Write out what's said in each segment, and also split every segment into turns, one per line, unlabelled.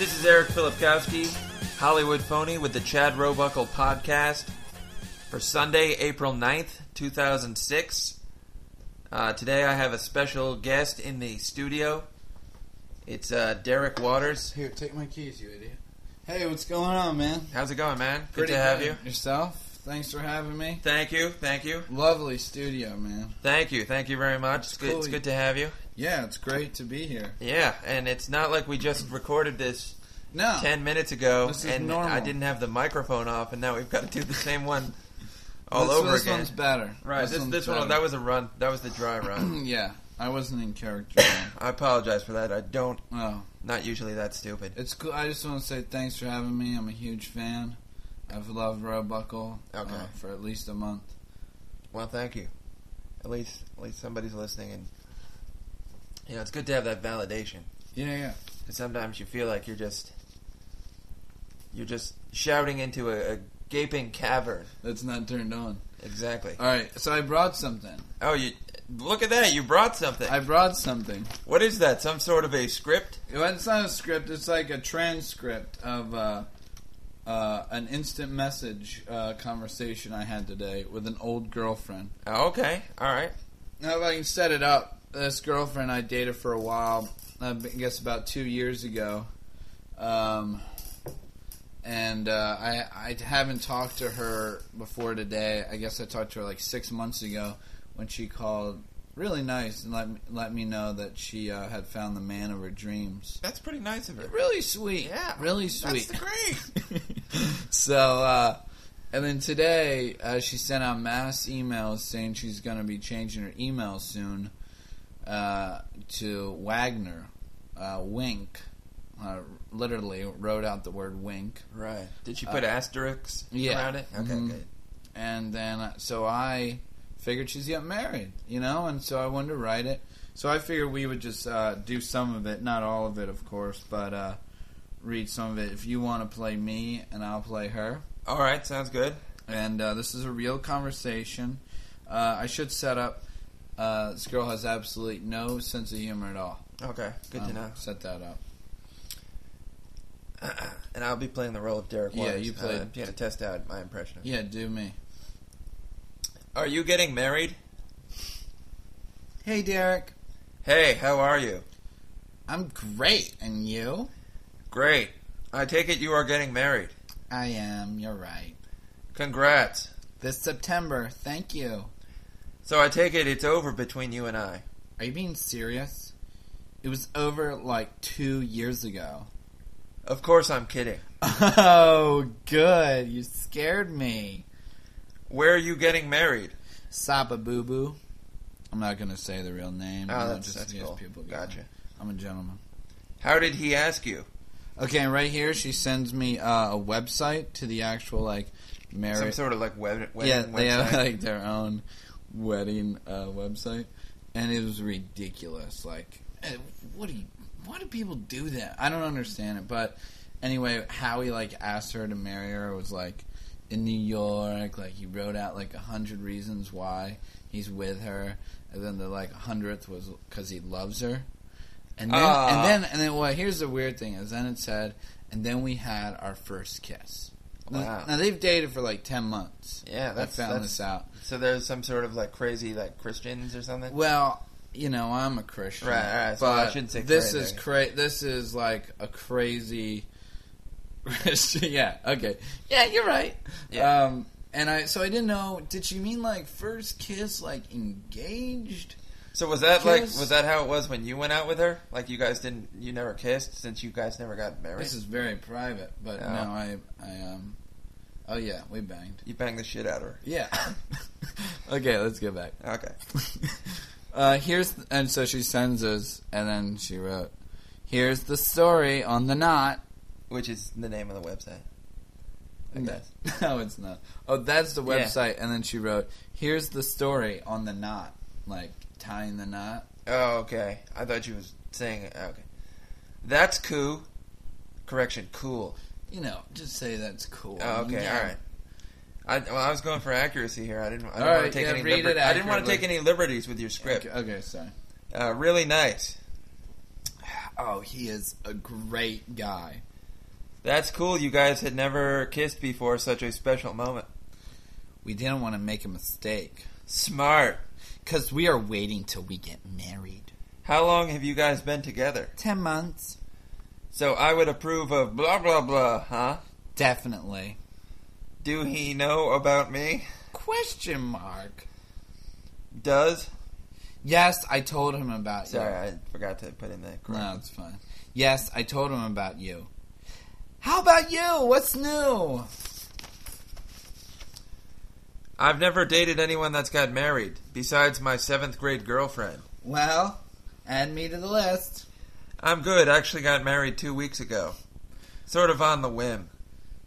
is Eric Filipkowski, Hollywood Phony, with the Chad Robuckle podcast for Sunday, April 9th, 2006. Uh, today I have a special guest in the studio. It's uh, Derek Waters.
Here, take my keys, you idiot. Hey, what's going on, man?
How's it going, man? Good to have you.
Yourself? Thanks for having me.
Thank you, thank you,
Lovely studio, man.
thank you, thank you very much. It's good, it's
cool.
good to have you.
Yeah, it's great to be here.
Yeah, and it's not like we just recorded this
No,
10 minutes ago
Oh. This is
and
normal.
I didn't have the microphone off, and now we've got to do the same one all
this,
over
this
again.
one's better.
Right. This
one's
this one that
better.
was a run. That was the dry run.
yeah, I wasn't in character. man.
I apologize for that. I don't.
oh,
Not usually that stupid.
it's cool. I just want to say thanks for having me. I'm a huge fan. I've loved Roebuckle
Okay.
uh, for at least a month.
Well, thank you. At least at least somebody's listening, and you know it's good to have that validation.
Yeah, yeah.
'Cause sometimes you feel like you're just you're just shouting into a, a gaping cavern.
That's not turned on.
Exactly.
All right, so I brought something.
Oh, you look at that! You brought something.
I brought something.
what is that? Some sort of a script?
Well, It's not a script. It's like a transcript of uh, uh, an instant message uh, conversation I had today with an old girlfriend.
Oh, okay. All right.
Now, if I can set it up, this girlfriend I dated for a while, I b- guess about two years ago, um, and uh, I I haven't talked to her before today. I guess I talked to her like six months ago when she called. Really nice, and let me, let me know that she uh, had found the man of her dreams.
That's pretty nice of her.
Really sweet.
Yeah.
Really
That's
sweet.
the great.
so, uh, and then today uh, she sent out mass emails saying she's going to be changing her email soon uh, to Wagner. Uh, wink. Uh, literally wrote out the word wink.
Right. Uh, Mm-hmm. Did she put asterisks
yeah.
around it? Okay,
Mhm.
good.
And then, uh, so I figured she's getting married, you know? And so I wanted to write it. So I figured we would just uh, do some of it, not all of it, of course, but uh, read some of it. If you want to play me, and I'll play her.
All right, sounds good.
and uh, this is a real conversation. Uh, I should set up. Uh, this girl has absolutely no sense of humor at all.
Okay, good to
Um,
know.
Set that up.
And I'll be playing the role of Derek
Yeah,
Waters.
you played-
Uh, you had to test out my impression. of
Yeah, do me.
Are you getting married?
Hey, Derek.
Hey, how are you?
I'm great, and you?
Great. I take it you are getting married.
I am. You're right.
Congrats.
This September. Thank you.
So I take it it's over between you and I.
Are you being serious? It was over like two years ago.
Of course I'm kidding.
Oh, good. You scared me.
Where are you getting married?
Saba Boo Boo. I'm not gonna say the real name. you
oh,
know,
that's,
just
that's
in case
cool.
people get-
Gotcha.
I'm a gentleman.
How did he ask you?
Okay, and right here she sends me uh, a website to the actual like
Some
marriage.
sort of like web, wedding
yeah, they
website?
have like their own wedding uh, website, and it was ridiculous. Like, eh, what do you? Why do people do that? I don't understand it. But anyway, how he like asked her to marry her was like in New York. Like he wrote out like a hundred reasons why he's with her, and then the like hundredth was because he loves her. And then,
Ah.
and then, and then, well, here's the weird thing is then it said, and then we had our first kiss. Now-
Wow.
Now, they've dated for like 10 months.
yeah,
I
that's,
found
that's
this out.
So there's some sort of like crazy like Christians or something.
Well, you know, I'm a Christian.
Right, right, so
But
I shouldn't say
this
crazy.
is cra- this is like a crazy Christian. yeah, okay. Yeah, you're right.
Yeah.
Um and I so I didn't know did she mean like first kiss like engaged?
So was that like
Kiss.
was that how it was when you went out with her? Like you guys didn't you never kissed since you guys never got married.
This is very private, but
Oh.
no, I I um Oh yeah, we banged.
you banged the shit out of her.
Yeah. okay, let's get back.
Okay.
uh, here's and so she sends us, and then she wrote, "Here's the story on the knot."
Which is the name of the website. I
No,
guess.
no, it's not. Oh, that's the
Yeah.
website, and then she wrote, "Here's the story on the knot," like tying the knot.
Oh, okay. I thought you was saying okay. That's cool. Correction, cool.
You know, just say that's cool.
Oh, okay,
Yeah.
all right. I, well, I was going for accuracy here. I didn't. I didn't
All
want to
right,
take
yeah,
any.
read
liber-
it
I didn't want to
accurately.
take any liberties with your script.
Okay, okay, sorry.
Uh, really nice.
Oh, he is a great guy.
That's cool. You guys had never kissed before such a special moment.
We didn't want to make a mistake
Smart.
because we are waiting till we get married.
How long have you guys been together?
Ten months,
So I would approve of blah blah blah, huh?
definitely.
Do he know about me?
Question mark.
Does?
Yes, I told him about
Sorry,
you.
I forgot to put in the
No,
correct.
it's fine. Yes, I told him about you. How about you? What's new?
I've never dated anyone that's got married, besides my seventh grade girlfriend.
Well, add me to the list.
I'm good. I actually got married two weeks ago. Sort of on the whim.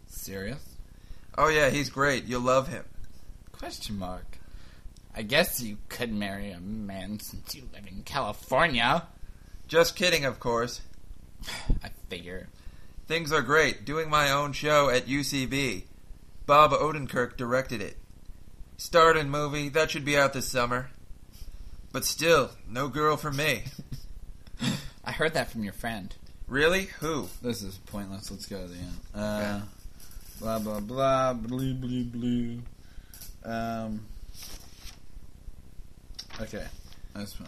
Serious?
Oh, yeah, he's great. You'll love him.
Question mark. I guess you could marry a man since you live in California.
Just kidding, of course.
I figure.
Things are great. Doing my own show at UCB. Bob Odenkirk directed it. Starred in movie. That should be out this summer. But still, no girl for me.
I heard that from your friend.
Really? Who?
This is pointless. Let's go to the end. Uh, Blah blah blah blue blue blue. Um. Okay, that's fine.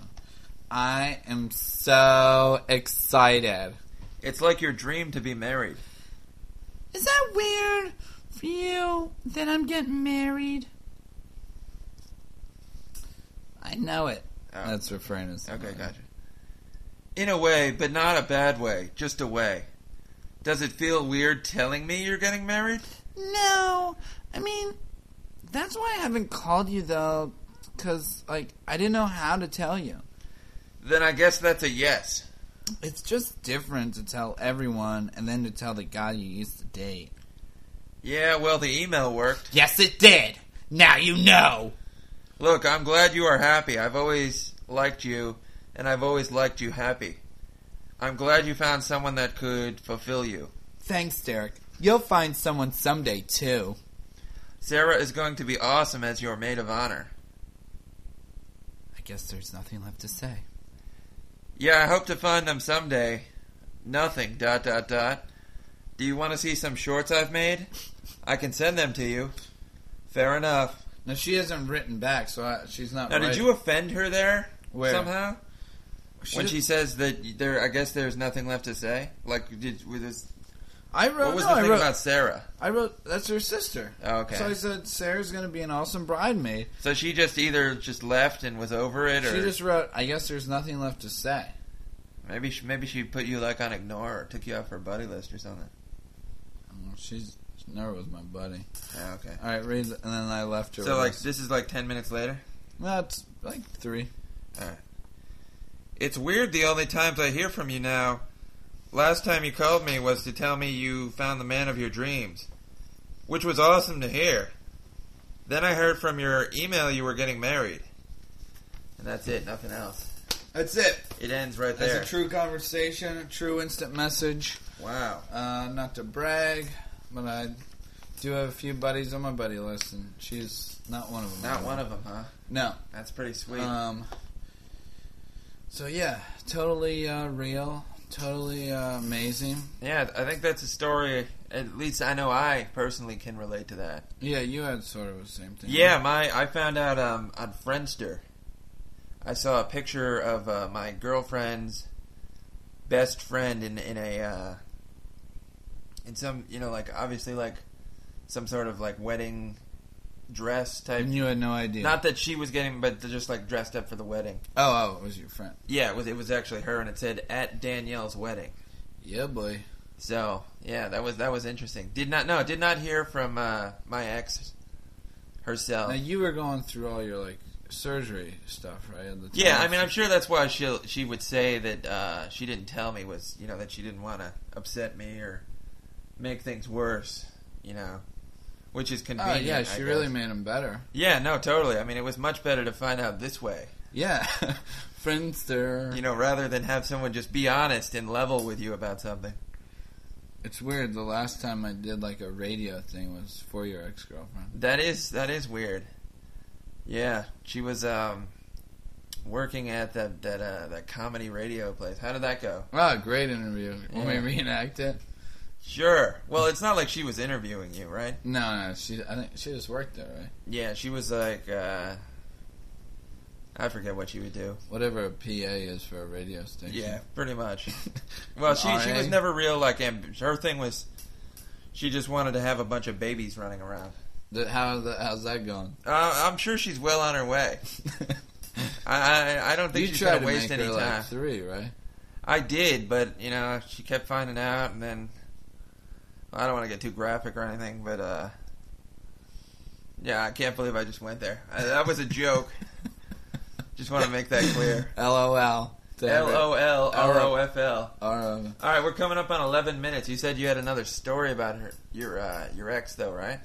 I am so excited.
It's like your dream to be married.
Is that weird for you that I'm getting married? I know it.
Oh,
That's referring to
okay,
somebody.
gotcha. In a way, but not a bad way. Just a way. Does it feel weird telling me you're getting married?
No, I mean, that's why I haven't called you though, because like I didn't know how to tell you.
Then I guess that's a yes.
It's just different to tell everyone and then to tell the guy you used to date.
Yeah, well, the email worked.
Yes, it did. Now you know.
Look, I'm glad you are happy. I've always liked you, and I've always liked you happy. I'm glad you found someone that could fulfill you.
Thanks, Derek. You'll find someone someday too.
Sarah is going to be awesome as your maid of honor.
I guess there's nothing left to say.
Yeah, I hope to find them someday. Nothing, dot, dot, dot. Do you want to see some shorts I've made? I can send them to you. Fair enough.
Now she hasn't written back, so I, she's not.
Now, did you offend her there
Where?
somehow?
She
when
did-
she says that there, I guess there's nothing left to say. Like, did was this,
I wrote.
what was
Uh, no,
the
I
thing
wrote.
about Sarah?
I wrote. That's her sister.
Oh, okay.
So I said Sarah's gonna be an awesome bridemaid.
So she just either just left and was over it, or
She just wrote. I guess there's nothing left to say.
maybe she, maybe she put you like on ignore or took you off her buddy list or something.
Oh, She's she never was my buddy.
Yeah, okay.
All right, read, and then I left her.
So like
with-
this is like ten minutes later.
No, it's like three.
It's weird the only times I hear from you now. Last time you called me was to tell me you found the man of your dreams, which was awesome to hear. Then I heard from your email you were getting married. And that's it, nothing else.
That's it.
It ends right
That's
there.
a true conversation, a true instant message.
wow.
Uh, not to brag, but I do have a few buddies on my buddy list, and she's not one of them.
Not one of them, huh?
No.
That's pretty sweet.
Um. So yeah, totally uh, real, totally uh, amazing.
yeah, I think that's a story, at least I know I personally can relate to that.
Yeah, you had sort of the same thing.
Yeah, my I found out um, on Friendster. I saw a picture of uh, my girlfriend's best friend in in a uh, in some you know like obviously like some sort of like wedding dress type.
and you had no idea.
Not that she was getting, but just like dressed up for the wedding.
oh, oh, it was your friend.
Yeah, it was it was actually her, and it said at Danielle's wedding.
Yeah, boy.
So yeah, that was that was interesting. Did not no, did not hear from uh, my ex herself.
Now you were going through all your like surgery stuff, right? At the time.
Yeah, I mean, I'm sure that's why she she would say that uh, she didn't tell me was you know that she didn't want to upset me or make things worse, you know, which is
Oh
convenient.
yeah,
I
she
guess.
really made him better.
Yeah, no, totally. I mean, it was much better to find out this way,
Yeah, Friendster.
you know, rather than have someone just be honest and level with you about something.
it's weird. The last time I did like a radio thing was for your ex girlfriend.
That is that is weird. Yeah, she was um, working at that that uh, that comedy radio place. How did that go?
Wow, great interview. When
Yeah.
we reenact it,
Sure. Well, it's not like she was interviewing you, right?
No, no, she. I think she just worked there, right?
Yeah, she was like, uh, I forget what she would do.
Whatever a PA is for a radio station.
Yeah, pretty much. Well, she she
RA?
was never real like amb- her thing was she just wanted to have a bunch of babies running around.
The, how the, how's that going?
Uh, I'm sure she's well on her way. I I, I don't think
you
she's
tried
gonna
to
waste
make
any
her
time.
like three, right?
I did, but you know she kept finding out, and then I don't want to get too graphic or anything, but uh, yeah, I can't believe I just went there. I, that was a joke. Just want to make that clear.
LOL.
L O L R O F L.
L.
All right, we're coming up on 11 minutes. You said you had another story about her, your uh, your ex, though, right?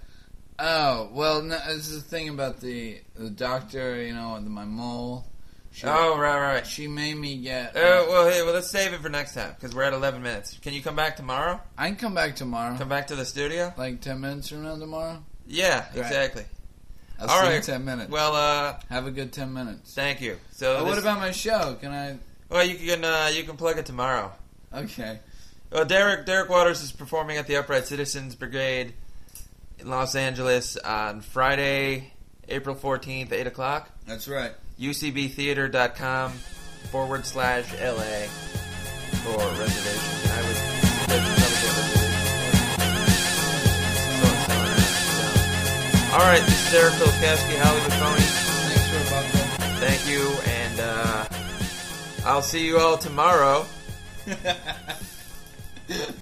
Oh well, no, this is the thing about the the doctor. You know, with my mole. She,
Oh, right, right.
she made me get.
Uh, well, hey, well, let's save it for next time because we're at 11 minutes. Can you come back tomorrow?
I can come back tomorrow.
Come back to the studio?
like ten minutes from now tomorrow.
Yeah,
Right.
exactly.
I'll
All
see you in
right.
ten minutes.
Well, uh,
Have a good ten minutes.
thank you. So,
Oh, what
this-
about my show? Can I?
Well, you can uh, you can plug it tomorrow.
Okay.
Well, Derek Derek Waters is performing at the Upright Citizens Brigade in Los Angeles on Friday, April 14th, 8 o'clock.
That's right.
ucbtheater.com forward slash LA for reservations. I was all right, this is Eric Filipowski, Hollywood Phony.
Thanks for a
Thank you, and uh, I'll see you all tomorrow.
buckle.